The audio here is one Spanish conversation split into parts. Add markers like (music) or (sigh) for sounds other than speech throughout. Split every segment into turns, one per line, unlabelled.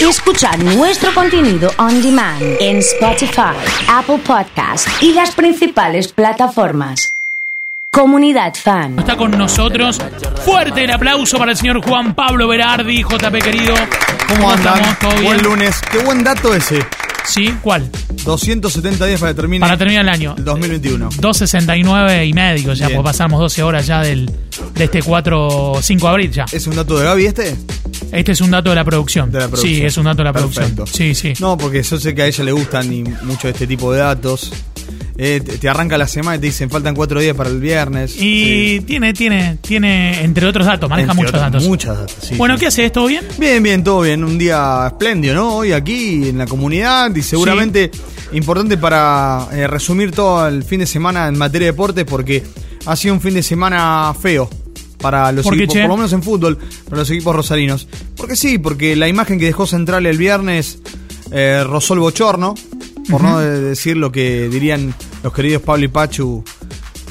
y escuchar nuestro contenido on demand en Spotify, Apple Podcast y las principales plataformas. Comunidad Fan.
Está con nosotros. Fuerte el aplauso para el señor Juan Pablo Berardi, JP querido.
¿Cómo andan?
estamos? ¿Todo bien?
Buen lunes. Qué buen dato ese.
¿Sí? ¿Cuál?
270 días para que termine
Para terminar el año.
el 2021.
269 y medio ya,
Bien.
porque pasamos 12 horas ya del, de este 4, 5 de abril ya.
¿Es un dato de Gaby este?
Este es un dato de la producción.
De la producción.
Sí, es un dato de la
Perfecto.
producción. Sí, sí.
No, porque yo sé que a ella le gustan y mucho este tipo de datos. Eh, te te arranca la semana y te dicen faltan cuatro días para el viernes.
Y tiene, tiene, tiene, entre otros datos, maneja
Entre
muchos
otras-
datos.
Muchos datos, sí,
bueno,
sí.
¿qué hace? ¿Todo bien?
Bien, bien, todo bien. Un día espléndido, ¿no? Hoy aquí en la comunidad y seguramente importante para eh, resumir todo el fin de semana en materia de deportes porque ha sido un fin de semana feo para los
¿Por qué,
equipos,
che?
por lo menos en fútbol, para los equipos rosarinos. Porque sí, porque la imagen que dejó Central el viernes eh, rozó el bochorno, por no de- decir lo que dirían los queridos Pablo y Pachu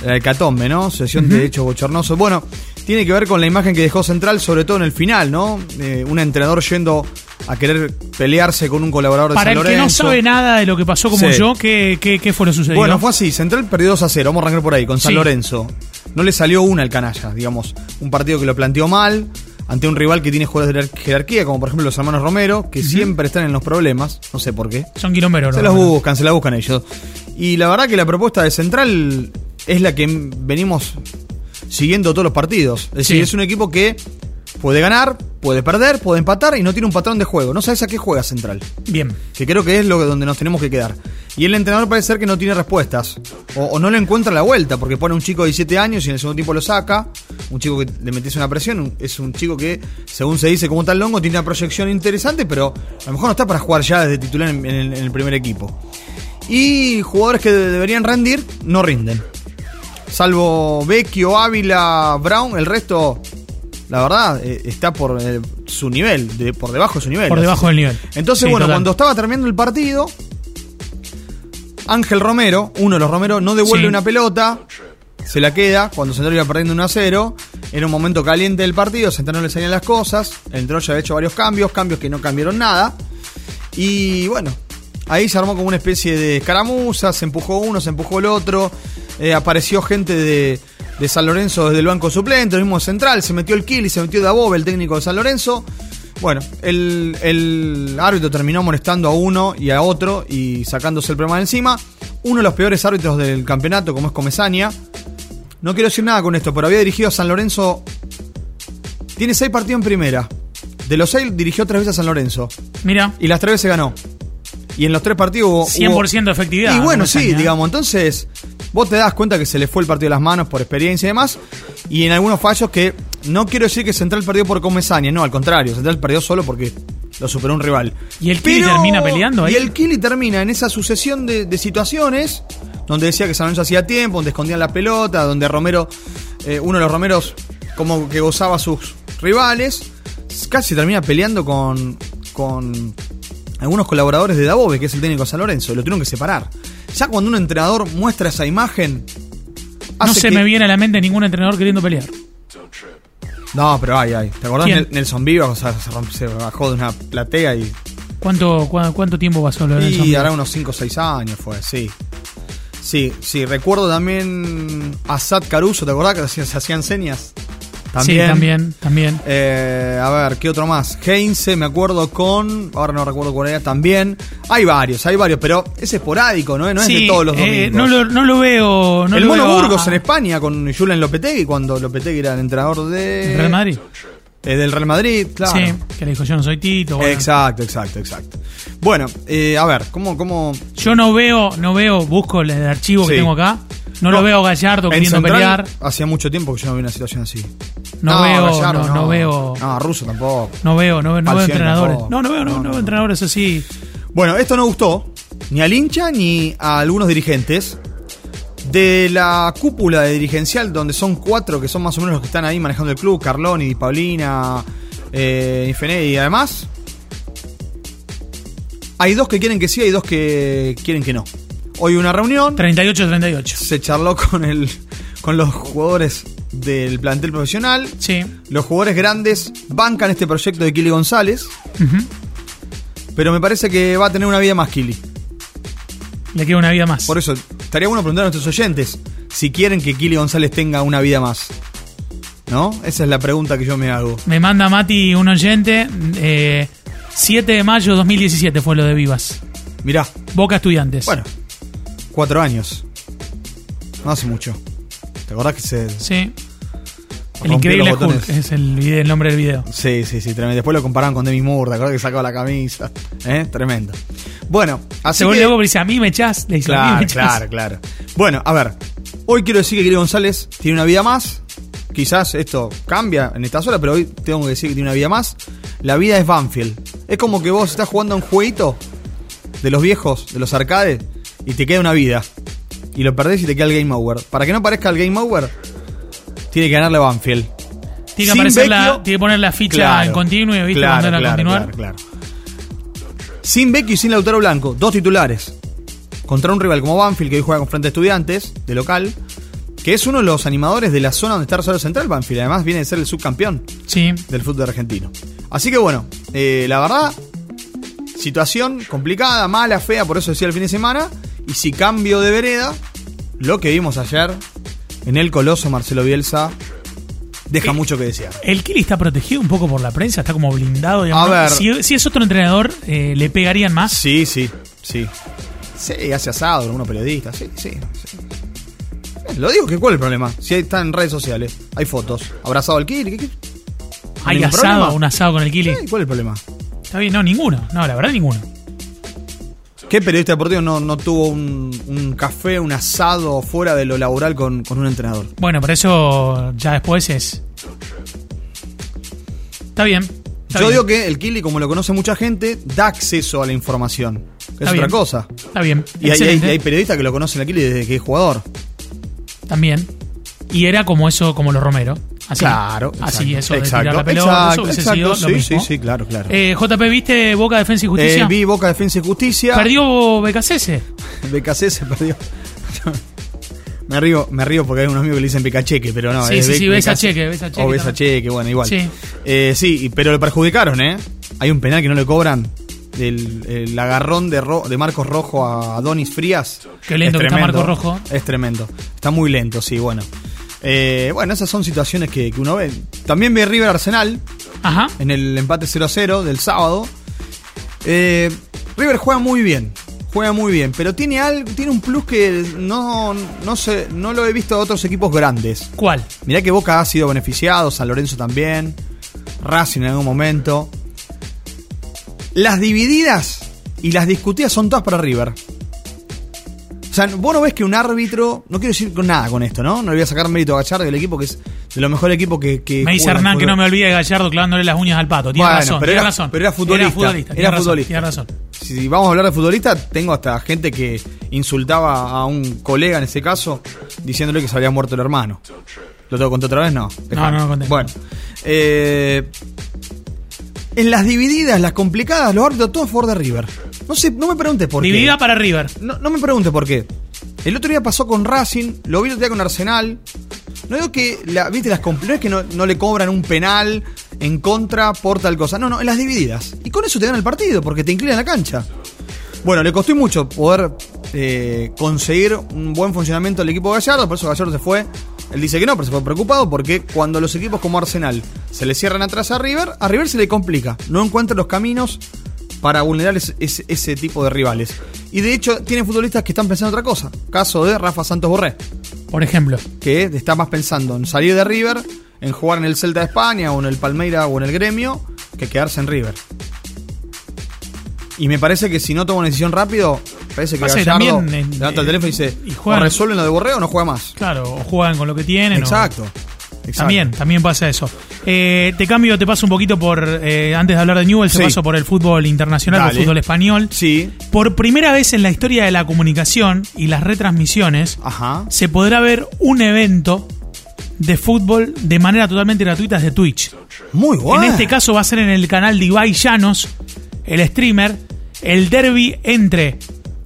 la hecatombe, ¿no? Sesión de hechos bochornosos. Bueno, tiene que ver con la imagen que dejó Central, sobre todo en el final, ¿no? Eh, un entrenador yendo a querer pelearse con un colaborador de
Para
San
el que no
Lorenzo.
sabe nada de lo que pasó como
Sí.
yo, ¿qué, qué, qué fue lo sucedido?
Bueno, fue así. Central perdió 2 a 0. Vamos a arrancar por ahí, con San
Sí.
Lorenzo. No le salió una al canalla, digamos. Un partido que lo planteó mal, ante un rival que tiene jugadores de jerarquía, como por ejemplo los hermanos Romero, que siempre están en los problemas. No sé por qué.
Son quilomberos.
Se
los
las buscan, se las buscan ellos. Y la verdad que la propuesta de Central es la que m- venimos siguiendo todos los partidos. Es
Sí.
decir, es un equipo que puede ganar, puede perder, puede empatar y no tiene un patrón de juego. No sabes a qué juega Central,
Bien.
que creo que es lo que- donde nos tenemos que quedar. Y el entrenador parece ser que no tiene respuestas o, o no le encuentra la vuelta porque pone un chico de 17 años y en el segundo tiempo lo saca. Un chico que le metes una presión, un- es un chico que, según se dice, como tal longo, tiene una proyección interesante, pero a lo mejor no está para jugar ya desde titular en- en el- en el primer equipo. Y jugadores que de- deberían rendir, no rinden. Salvo Vecchio, Ávila, Brown, el resto, la verdad, eh, está por eh, su nivel, de- por debajo de su nivel.
Por debajo del nivel.
Entonces,
Sí,
bueno,
total.
cuando estaba terminando el partido, Ángel Romero, uno de los Romero, no devuelve
Sí.
una pelota, se la queda cuando Central iba perdiendo 1 a 0. Era un momento caliente del partido, Central no le salían las cosas. El entrenador ya había hecho varios cambios, cambios que no cambiaron nada. Y bueno, ahí se armó como una especie de escaramuza, se empujó uno, se empujó el otro, eh, apareció gente de, de San Lorenzo desde el banco suplente, el mismo Central, se metió el Kill y se metió Dabob, el técnico de San Lorenzo. Bueno, el, el árbitro terminó molestando a uno y a otro y sacándose el problema de encima. Uno de los peores árbitros del campeonato, como es Comesaña. No quiero decir nada con esto, pero había dirigido a San Lorenzo. Tiene seis partidos en primera. De los seis dirigió tres veces a San Lorenzo.
Mira,
Y las tres veces ganó. Y en los tres partidos hubo.
100%
hubo-
efectividad,
Y bueno,
¿no? ¿eh?
sí,
Pesaña.
digamos. Entonces, vos te das cuenta que se le fue el partido de las manos por experiencia y demás. Y en algunos fallos que. No quiero decir que Central perdió por Comesaña, no, al contrario. Central perdió solo porque lo superó un rival.
¿Y el Kili termina peleando ahí?
Y el Kili termina en esa sucesión de, de situaciones donde decía que San Lorenzo hacía tiempo, donde escondían la pelota, donde Romero, eh, uno de los Romeros, como que gozaba a sus rivales. Casi termina peleando con, con algunos colaboradores de Dabove, que es el técnico de San Lorenzo. Lo tuvieron que separar. Ya cuando un entrenador muestra esa imagen.
no
hace
se
que-
me viene a la mente ningún entrenador queriendo pelear.
No, pero ay, ay. ¿Te acordás?
¿Quién?
Nel- Nelson Viva o sea, se, romp- se bajó de una platea y
¿Cuánto, cua- cuánto tiempo pasó lo de Nelson
Y
Piquet?
hará unos 5 o 6 años fue, sí. Sí, sí, recuerdo también a Sad Caruso, ¿te acordás que hacían- se hacían señas?
Sí, también, también.
Eh, a ver, ¿qué otro más? Heinze, me acuerdo con. Ahora no recuerdo cuál era también. Hay varios, hay varios, pero es esporádico, ¿no? No es
Sí,
de todos los domingos.
eh, no, lo, no lo veo. No
el
lo
Mono
veo a-
Burgos en España con Julian Lopetegui, cuando Lopetegui era el entrenador de.
Real Madrid.
Eh, del Real Madrid, claro.
Sí, que le dijo yo no soy Tito. bueno.
Exacto, exacto, exacto. Bueno, eh, a ver, ¿cómo, cómo,
Yo no veo, no veo, busco el, el archivo que
Sí.
tengo acá. No, lo
No,
veo a Gallardo
En
queriendo
Central,
pelear.
Hacía mucho tiempo que yo no vi una situación así.
No, veo,
Gallardo
no, no veo.
No, Russo tampoco.
No veo, no veo, no veo
Falcioni
entrenadores.
tampoco.
No, no veo, no, no
No, no,
veo
no.
entrenadores así.
Bueno, esto no gustó ni al hincha ni a algunos dirigentes. De la cúpula de dirigencial, donde son cuatro que son más o menos los que están ahí manejando el club, Carloni, Paulina, eh, Infené y además, hay dos que quieren que sí, hay dos que quieren que no. Hoy una reunión,
38-38.
se charló con, el, con los jugadores del plantel profesional,
Sí.
Los jugadores grandes bancan este proyecto de Kili González.
Ujú.
Pero me parece que va a tener una vida más Kili.
Le queda una vida más.
Por eso, estaría bueno preguntar a nuestros oyentes si quieren que Kili González tenga una vida más. ¿No? Esa es la pregunta que yo me hago.
Me manda Mati un oyente. eh, 7 de mayo de 2017 fue lo de Vivas.
Mirá,
Boca Estudiantes.
bueno, cuatro años. No hace mucho. ¿Te acordás que se.
Sí. El
Rompió
increíble
los botones.
Hulk es el, vide- el nombre del video.
Sí, sí, sí, tremendo. Después lo comparaban con Demi Moore, ¿te acordás que sacaba la camisa? ¿Eh? Tremendo. Bueno, así
Se vuelve
que-
loco porque dice, a mí me echás. Le dice, a mí me
Claro,
echás.
claro, claro. Bueno, a ver. Hoy quiero decir que Kiri González tiene una vida más. Quizás esto cambia en esta sola, pero hoy tengo que decir que tiene una vida más. La vida es Banfield. Es como que vos estás jugando a un jueguito de los viejos, de los arcades, y te queda una vida. Y lo perdés y te queda el Game Over. Para que no parezca el Game Over, tiene que ganarle a Banfield.
Tiene que,
Sin
aparecer la-
Vecchio-
tiene que poner la ficha
Claro,
en continuo y ¿viste?
claro,
Cuando era
claro,
continuar.
claro, claro. Sin Becky y sin Lautaro Blanco, dos titulares. Contra un rival como Banfield, que hoy juega con frente a estudiantes, de local, que es uno de los animadores de la zona donde está Rosario Central, Banfield. Además, viene de ser el subcampeón
Sí.
del fútbol argentino. Así que bueno, eh, la verdad, situación complicada, mala, fea, por eso decía el fin de semana. Y si cambio de vereda, lo que vimos ayer en el Coloso Marcelo Bielsa deja
Eh,
mucho que desear.
El Kili está protegido un poco por la prensa, está como blindado. digamos,
A
¿no?
ver.
Si, si es otro entrenador, eh, le pegarían más.
Sí, sí, sí. Sí, hace asado, algunos periodistas, sí, sí. sí. Eh, Lo digo, que ¿cuál es el problema? Si ahí está en redes sociales, hay fotos. Abrazado al Kiri, ¿qué- qué-
Hay
¿Ningún
asado,
problema?
un asado con el Kili.
eh, ¿cuál es el problema?
Está bien, no, ninguno. No, la verdad, ninguno.
¿Qué periodista deportivo no, no tuvo un, un café, un asado fuera de lo laboral con, con un entrenador?
Bueno, por eso ya después es. Está bien. está
Yo
bien,
digo que el Kili, como lo conoce mucha gente, da acceso a la información. Que
Está
es otra
bien.
cosa.
Está bien.
Y hay, hay-
excelente,
hay periodistas que lo conocen al Kili desde que es jugador.
También. Y era como eso, como los Romero. Así,
Claro.
Así,
exacto,
eso de
exacto,
tirar la pelota.
exacto,
eso hubiese
exacto,
sido
sí,
lo mismo.
sí, sí, claro, claro.
Eh, JP, ¿viste Boca Defensa y Justicia?
Eh, vi Boca Defensa y Justicia.
Perdió Becasese.
BKC se perdió. (laughs) me río, me río porque hay unos amigos que le dicen Becacheque, pero no.
Sí,
es
sí,
Be-
sí, Beca
Becase-
Cheque, Beca Cheque
O
también.
Becacheque, bueno, igual.
Sí.
Sí. sí, y- pero lo perjudicaron, ¿eh? Hay un penal que no le cobran. El, el agarrón de, Ro- de Marcos Rojo a Donis Frías.
Qué lento
Es
que está
tremendo,
Marcos Rojo.
Es tremendo. Está muy lento, sí, bueno. Eh, bueno, esas son situaciones que, que uno ve. También vi River Arsenal
Ajá.
en el empate 0 a 0 del sábado. Eh, River juega muy bien, juega muy bien, pero tiene, algo, tiene un plus que no, no, sé, no lo he visto de otros equipos grandes.
¿Cuál?
Mirá que Boca ha sido beneficiado, San Lorenzo también, Racing en algún momento. Las divididas y las discutidas son todas para River. O sea, vos no ves que un árbitro. No quiero decir con nada con esto, ¿no? No le voy a sacar mérito a Gachardo del equipo que es de los mejores equipos que. que
Me dice
juega-
Hernán que
juega-
no me olvide de Gallardo clavándole las uñas al pato. Tiene
Bueno,
razón,
pero
tiene
era-
razón.
pero era futbolista,
Era futbolista.
era
tiene razón,
futbolista.
tiene razón.
Si vamos a hablar de futbolista, tengo hasta gente que insultaba a un colega en ese caso, diciéndole que se había muerto el hermano. ¿Lo tengo que contar otra vez? No. Dejá.
no lo conté.
Bueno. eh, en las divididas, las complicadas, los árbitros, todo a favor de River. No sé, no me preguntes por
Dividida
qué.
para River.
No, no me preguntes por qué. El otro día pasó con Racing, lo vi el otro día con Arsenal. No digo que, la, viste, las compl- no es que no, no le cobran un penal en contra por tal cosa. No, no, en las divididas. Y con eso te gana el partido, porque te inclinan la cancha. Bueno, le costó mucho poder eh, conseguir un buen funcionamiento del equipo de Gallardo, por eso Gallardo se fue. Él dice que no, pero se fue preocupado porque cuando los equipos como Arsenal se le cierran atrás a River, a River se le complica. No encuentra los caminos para vulnerar es- es- ese tipo de rivales. Y de hecho, tiene futbolistas que están pensando otra cosa. Caso de Rafa Santos Borré,
Por ejemplo.
que está más pensando en salir de River, en jugar en el Celta de España, o en el Palmeira, o en el Gremio, que quedarse en River. Y me parece que si no toma una decisión rápido, parece que
Pasa que
Gallardo
también, eh,
levanta
eh,
el teléfono y dice,
y juegan-
o resuelven lo de Borré o no juega más.
Claro, o juegan con lo que tienen. o-
Exacto. exacto.
También, también pasa eso. Eh, te cambio, te paso un poquito por. eh, antes de hablar de Newell's, te
Sí.
paso por el fútbol internacional, por
Dale.
el fútbol español.
Sí.
Por primera vez en la historia de la comunicación y las retransmisiones,
Ajá.
se podrá ver un evento de fútbol de manera totalmente gratuita desde Twitch.
Muy bueno.
En este caso va a ser en el canal de Ibai Llanos, el streamer, el derby entre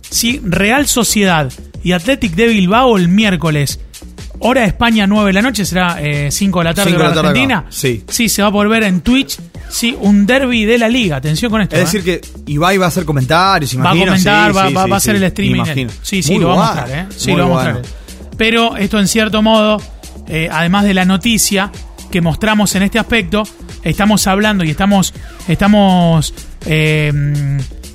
¿sí? Real Sociedad y Athletic de Bilbao el miércoles. Hora de España 9 de la noche, será eh, 5 de la tarde,
Cinco de
hora
la tarde
Argentina.
acá, sí.
se va a poder ver en Twitch Sí, un derby de la liga. Atención con esto.
Es
¿eh?
decir, que Ibai va a hacer comentarios,
va a
imagino.
comentar,
sí,
va,
sí,
va-
sí,
va a hacer
sí,
el
me
streaming. él.
imagino.
Sí, sí,
Muy
lo va a
bueno,
mostrar, ¿eh? Sí,
muy
lo va a
bueno.
mostrar. él. Pero esto, en cierto modo, eh, además de la noticia que mostramos en este aspecto, estamos hablando y estamos, estamos eh,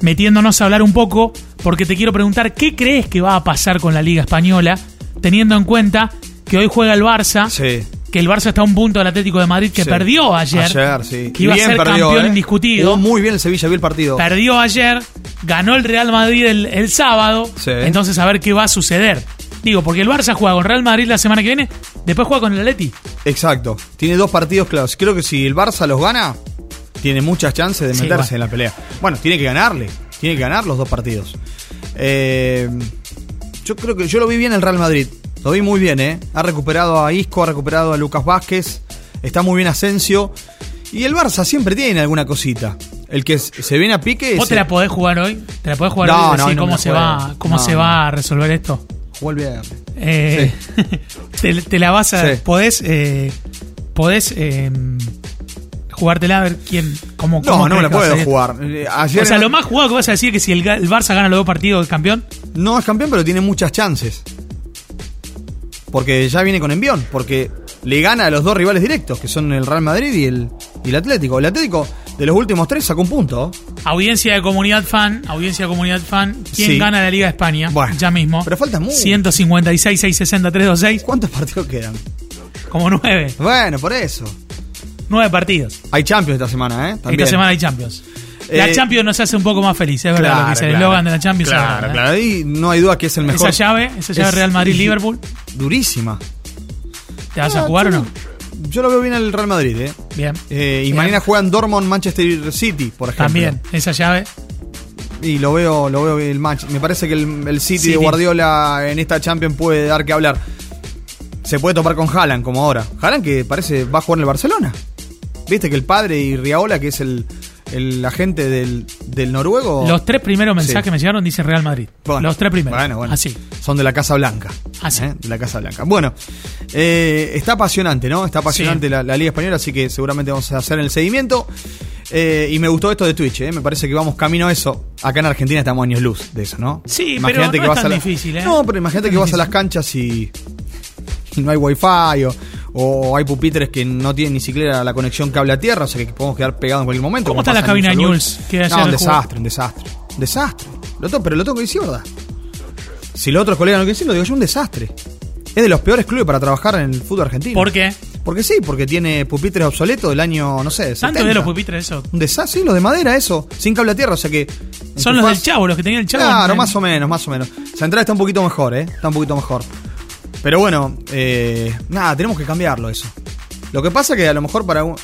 metiéndonos a hablar un poco, porque te quiero preguntar, ¿qué crees que va a pasar con la Liga Española, teniendo en cuenta que hoy juega el Barça?
Sí.
Que el Barça está a un punto del Atlético de Madrid que
Sí.
perdió ayer.
Ayer, sí.
Que iba
Bien
a ser
perdió,
campeón
¿eh?
indiscutido.
Jugó muy bien el Sevilla, vi el partido.
Perdió ayer, ganó el Real Madrid el, el sábado.
Sí.
Entonces, a ver qué va a suceder. Digo, porque el Barça juega con Real Madrid la semana que viene, después juega con el Atleti.
Exacto. Tiene dos partidos claros. Creo que si el Barça los gana, tiene muchas chances de
Sí,
meterse
bueno.
en la pelea. Bueno, tiene que ganarle. Tiene que ganar los dos partidos. Eh, yo creo que yo lo vi bien el Real Madrid. Lo vi muy bien, ¿eh? Ha recuperado a Isco, ha recuperado a Lucas Vázquez. Está muy bien Asensio. Y el Barça siempre tiene alguna cosita. El que s- se viene a pique.
¿Vos
se-
te la podés jugar hoy? ¿Te la podés jugar
No,
hoy? y
no,
decir
hoy no me
¿Cómo,
la
se
juego.
va, cómo
No,
se
no.
va a resolver esto?
Jugó el viernes.
Eh, (laughs) te, te la vas a.
Sí.
Podés. eh, podés. eh, jugártela a ver quién. Cómo,
No,
cómo
no me
crees
la
que va a
puedo
salir.
jugar. Eh, Ayer
O sea, lo más jugado que vas a decir es que si el, Ga- el Barça gana los dos partidos, es campeón.
No es campeón, pero tiene muchas chances. Porque ya viene con envión. Porque le gana a los dos rivales directos, que son el Real Madrid y el, y el Atlético. El Atlético, de los últimos tres, sacó un punto.
Audiencia de comunidad fan, audiencia de comunidad fan. ¿Quién
Sí.
gana la Liga de España?
Bueno,
ya mismo.
pero falta mucho.
156, 660, 326,
¿Cuántos (laughs) partidos quedan?
como nueve.
Bueno, por eso.
Nueve partidos.
Hay Champions esta semana, ¿eh? También.
Esta semana hay Champions. La
Eh,
Champions nos hace un poco más felices, es verdad. Lo que dice el
claro.
eslogan de la Champions. es
Claro,
verdad. ¿eh?
claro. Ahí no hay duda que es el mejor.
Esa llave, esa llave
Es
Real Madrid-Liverpool,
Durísima.
¿te vas a
Ah,
jugar o
yo
no?
Yo lo veo bien al Real Madrid, ¿eh?
Bien.
Eh, y
Bien.
mañana juegan Dortmund Manchester City, por ejemplo.
También, esa llave.
Y lo veo, lo veo el match. Me parece que el, el City,
City.
de Guardiola en esta Champions puede dar que hablar. Se puede topar con Haaland como ahora. Haaland que parece va a jugar en el Barcelona. Viste que el padre y Riaola, que es el, el agente del, del noruego.
Los tres primeros mensajes
Oh. Sí.
me llegaron dicen Real Madrid.
Bueno,
Los tres primeros.
Bueno, bueno.
Así.
Son de la Casa Blanca.
Así.
¿eh? De la Casa Blanca. Bueno, eh, está apasionante, ¿no? Está apasionante
Sí.
la, la Liga Española, así que seguramente vamos a hacer el seguimiento. Eh, y me gustó esto de Twitch, ¿eh? Me parece que vamos camino a eso. Acá en Argentina estamos años luz de eso, ¿no?
Sí, pero no es tan
la-
difícil, ¿eh?
No, pero imagínate
No
que
es
vas a las
difícil.
canchas y, y no hay wifi o, o hay pupitres que no tienen ni siquiera la conexión cable a tierra, o sea que podemos quedar pegados en cualquier momento.
¿Cómo
como
está la
pasa en
cabina de
Newell's Old.
Newell's? Que ayer
No, un
jugó.
desastre, un desastre. Un desastre. Lo to- pero lo tengo que decir, ¿verdad? Si los otros colegas no quieren decir, lo digo yo, un desastre. Es de los peores clubes para trabajar en el fútbol argentino.
¿Por qué?
Porque sí, porque tiene pupitres obsoletos del año, no sé,
Tanto
70.
de los pupitres eso.
Un desastre, sí, los de madera, eso. Sin cable a tierra, o sea que...
Son los del
enchufás-
Chavo, los que tenían el ¿eh? Chavo.
Claro,
en-
más o menos, más o menos. Central está un poquito mejor, ¿eh? Está un poquito mejor. Pero bueno, eh, nada, tenemos que cambiarlo eso. Lo que pasa que a lo mejor para un-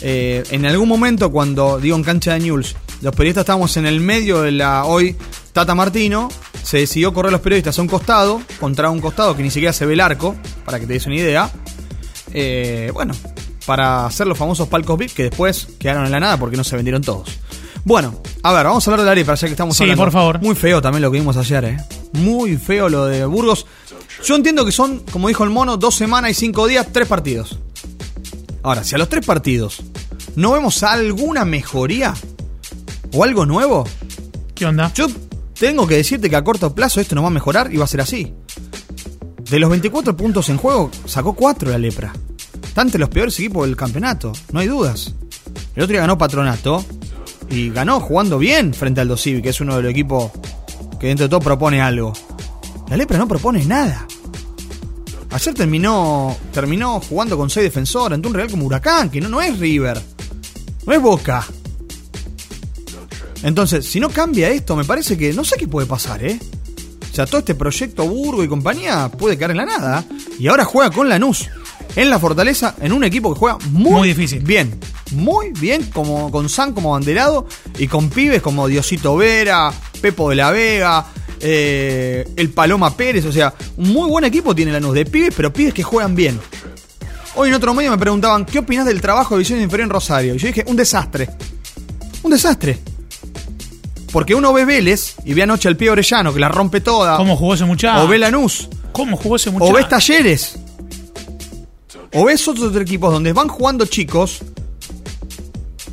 eh, en algún momento cuando digo en cancha de News, los periodistas estábamos en el medio de la hoy Tata Martino, se decidió correr los periodistas a un costado, contra un costado que ni siquiera se ve el arco, para que te des una idea. Eh, bueno, para hacer los famosos palcos VIP que después quedaron en la nada porque no se vendieron todos. Bueno, a ver, vamos a hablar de la para ya que estamos
Sí,
hablando.
por favor.
Muy feo también lo que vimos ayer, ¿eh? Muy feo lo de Burgos. Yo entiendo que son, como dijo el mono, dos semanas y cinco días, tres partidos. Ahora, si a los tres partidos no vemos alguna mejoría o algo nuevo,
¿Qué onda?
yo tengo que decirte que a corto plazo esto no va a mejorar y va a ser así. De los 24 puntos en juego, sacó 4 la lepra. Está entre los peores equipos del campeonato, no hay dudas. El otro día ganó Patronato y ganó jugando bien frente al Dosivi, que es uno de los equipos que dentro de todo propone algo. La lepra no propone nada. Ayer terminó, terminó jugando con 6 defensores ante un Real como Huracán, que no, no es River, no es Boca. Entonces, si no cambia esto, me parece que no sé qué puede pasar, ¿eh? O sea, todo este proyecto Burgo y compañía puede caer en la nada. Y ahora juega con Lanús. En la fortaleza, en un equipo que juega muy,
Muy difícil.
Bien. Muy bien, como con San como banderado y con pibes como Diosito Vera, Pepo de la Vega, eh, el Paloma Pérez. O sea, un muy buen equipo tiene Lanús de pibes, pero pibes que juegan bien. Hoy en otro medio me preguntaban, ¿qué opinás del trabajo de Visión Inferior en Rosario? Y yo dije, un desastre. Un desastre. Porque uno ve Vélez y ve anoche al pie Orellano que la rompe toda.
¿Cómo jugó ese muchacho?
O ve Lanús.
¿Cómo jugó ese muchacho?
O ves Talleres. O ves otros equipos donde van jugando chicos.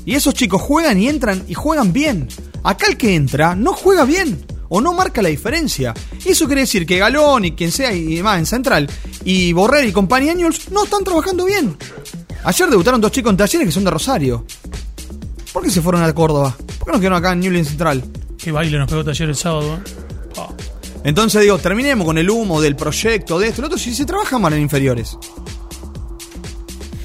Y esos chicos juegan y entran y juegan bien. Acá el que entra no juega bien o no marca la diferencia. Y eso quiere decir que Galón y quien sea y demás en Central y Borrell y compañía Años no están trabajando bien. Ayer debutaron dos chicos en talleres que son de Rosario. ¿Por qué se fueron a Córdoba? ¿Por qué no quedaron acá en Newell Central?
Qué baile nos pegó taller el sábado. ¿eh? Oh.
Entonces digo, terminemos con el humo del proyecto, de esto, lo otro, si se trabaja mal en inferiores.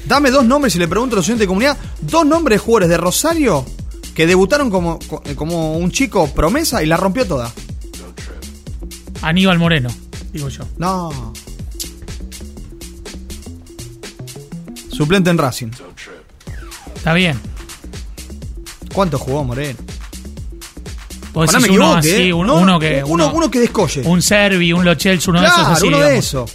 Dame dos nombres y le pregunto a los estudiantes de comunidad, dos nombres de jugadores de Rosario que debutaron como, co- eh, como un chico promesa y la rompió toda.
Aníbal Moreno, digo yo.
No. Suplente en Racing.
Está bien.
¿Cuánto jugó Moreno?
Vos
Pará,
decís
me
uno
equivoqué,
así,
¿eh?
un-
No,
uno que.
Uno, uno que descolle.
Un Servi, un Lochels, uno de
claro,
esos así.
uno de
digamos.
esos.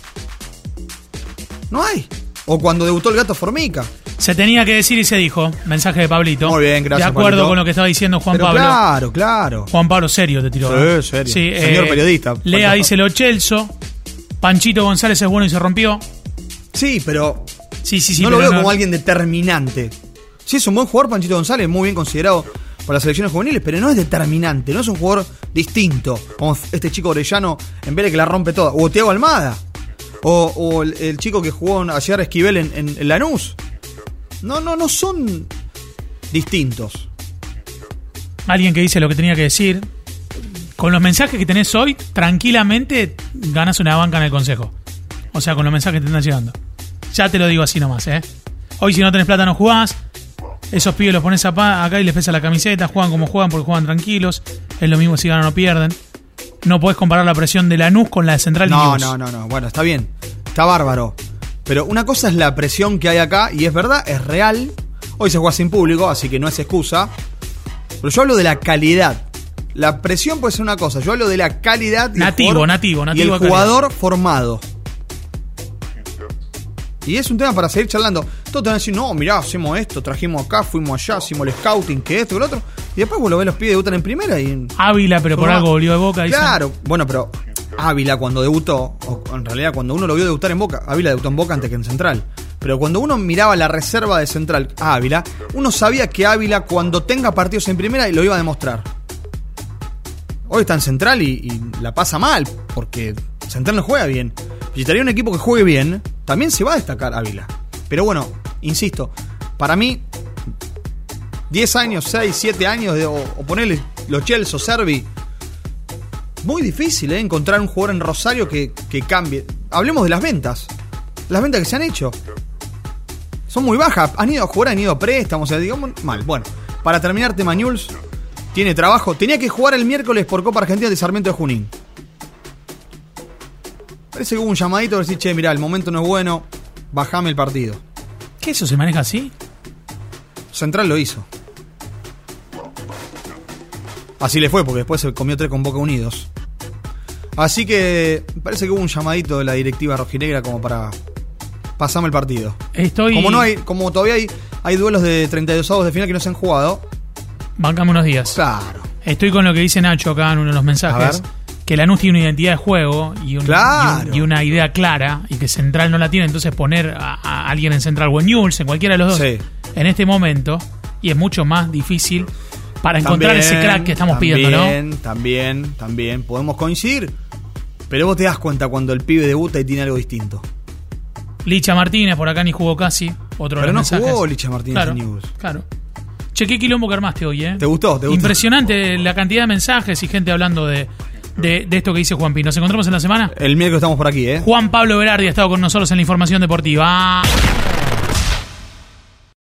No hay. O cuando debutó el gato Formica.
Se tenía que decir y se dijo. Mensaje de Pablito.
Muy bien, gracias,
De acuerdo
Pablito.
con lo que estaba diciendo Juan
Pero
Pablo.
Claro, claro.
Juan Pablo serio te tiró.
Sí,
¿eh?
serio. Señor periodista.
Lea
Falta-
dice lo Chelso. Panchito González es bueno y se rompió.
Sí, pero
Sí, sí, sí.
no lo
pero
veo como alguien determinante. Sí, es un buen jugador, Panchito González, muy bien considerado para las selecciones juveniles, pero no es determinante, no es un jugador distinto, como este chico orellano en Vélez que la rompe toda, o Teo Almada, o, o el, el chico que jugó ayer Esquivel en, en- en Lanús. No, no, no son distintos.
Alguien que dice lo que tenía que decir. Con los mensajes que tenés hoy, tranquilamente ganas una banca en el consejo. O sea, con los mensajes que te están llegando. Ya te lo digo así nomás, ¿eh? Hoy, si no tenés plata, no jugás. Esos pibes los pones a pa- acá y les pesa la camiseta. Juegan como juegan porque juegan tranquilos. Es lo mismo si ganan o pierden. No podés comparar la presión de Lanús con la de Central
No,
News.
no, no, no. Bueno, está bien. Está bárbaro. Pero una cosa es la presión que hay acá, y es verdad, es real. Hoy se juega sin público, así que no es excusa. Pero yo hablo de la calidad. La presión puede ser una cosa, yo hablo de la calidad. y el
Nativo,
jugador-
nativo, nativo
Y
de
el
calidad.
jugador formado. Y es un tema para seguir charlando. Todos te van a decir, no, mirá, hacemos esto, trajimos acá, fuimos allá, hicimos el scouting, que esto, que lo otro. Y después vos lo ves, los pibes debutan en primera y
Ávila, pero por
Tomá.
algo volvió de boca. dicen.
Claro, bueno, pero Ávila cuando debutó, o en realidad cuando uno lo vio debutar en Boca, Ávila debutó en Boca antes que en Central. Pero cuando uno miraba la reserva de Central a Ávila, uno sabía que Ávila cuando tenga partidos en primera lo iba a demostrar. Hoy está en Central y, y la pasa mal, porque Central no juega bien. Si estaría un equipo que juegue bien, también se va a destacar Ávila. Pero bueno, insisto, para mí 10 años, 6, 7 años, de- o, o ponerle los Chelsea o Servi. Muy difícil, ¿eh? Encontrar un jugador en Rosario que, que cambie. Hablemos de las ventas. Las ventas que se han hecho. Son muy bajas. Han ido a jugar, han ido a préstamos, o sea, digamos, mal. Bueno, para terminar, tema Newell's. Tiene trabajo. Tenía que jugar el miércoles por Copa Argentina de Sarmiento de Junín. Parece que hubo un llamadito para decir, che, mirá, el momento no es bueno. Bajame el partido.
¿Qué eso se maneja así?
Central lo hizo. Así le fue, porque después se comió tres con Boca Unidos. Así que parece que hubo un llamadito de la directiva rojinegra como para pasarme el partido.
Estoy.
Como no hay, como todavía hay, hay duelos de 32 avos de final que no se han jugado.
Bancame unos días.
Claro.
Estoy con lo que dice Nacho acá en uno de los mensajes.
A ver.
Que Lanús tiene una identidad de juego y, un-
Claro.
y un- y una idea clara y que Central no la tiene, entonces poner a, a alguien en Central o en Newell's, en cualquiera de los dos,
Sí.
en este momento, y es mucho más difícil para encontrar ese
También,
crack que estamos
también,
pidiendo, ¿no?
También, también. Podemos coincidir. Pero vos te das cuenta cuando el pibe debuta y tiene algo distinto.
Licha Martínez por acá ni jugó casi. Otro de
Pero
los
no
mensajes.
jugó Licha Martínez
claro,
en Newell's.
Claro. Che, qué quilombo que armaste hoy, ¿eh?
¿Te gustó? ¿Te gustó?
Impresionante la cantidad de mensajes y gente hablando de, de, de esto que dice Juanpi. Nos encontramos en la semana.
El miércoles estamos por aquí, ¿eh?
Juan Pablo Berardi ha estado con nosotros en la información deportiva.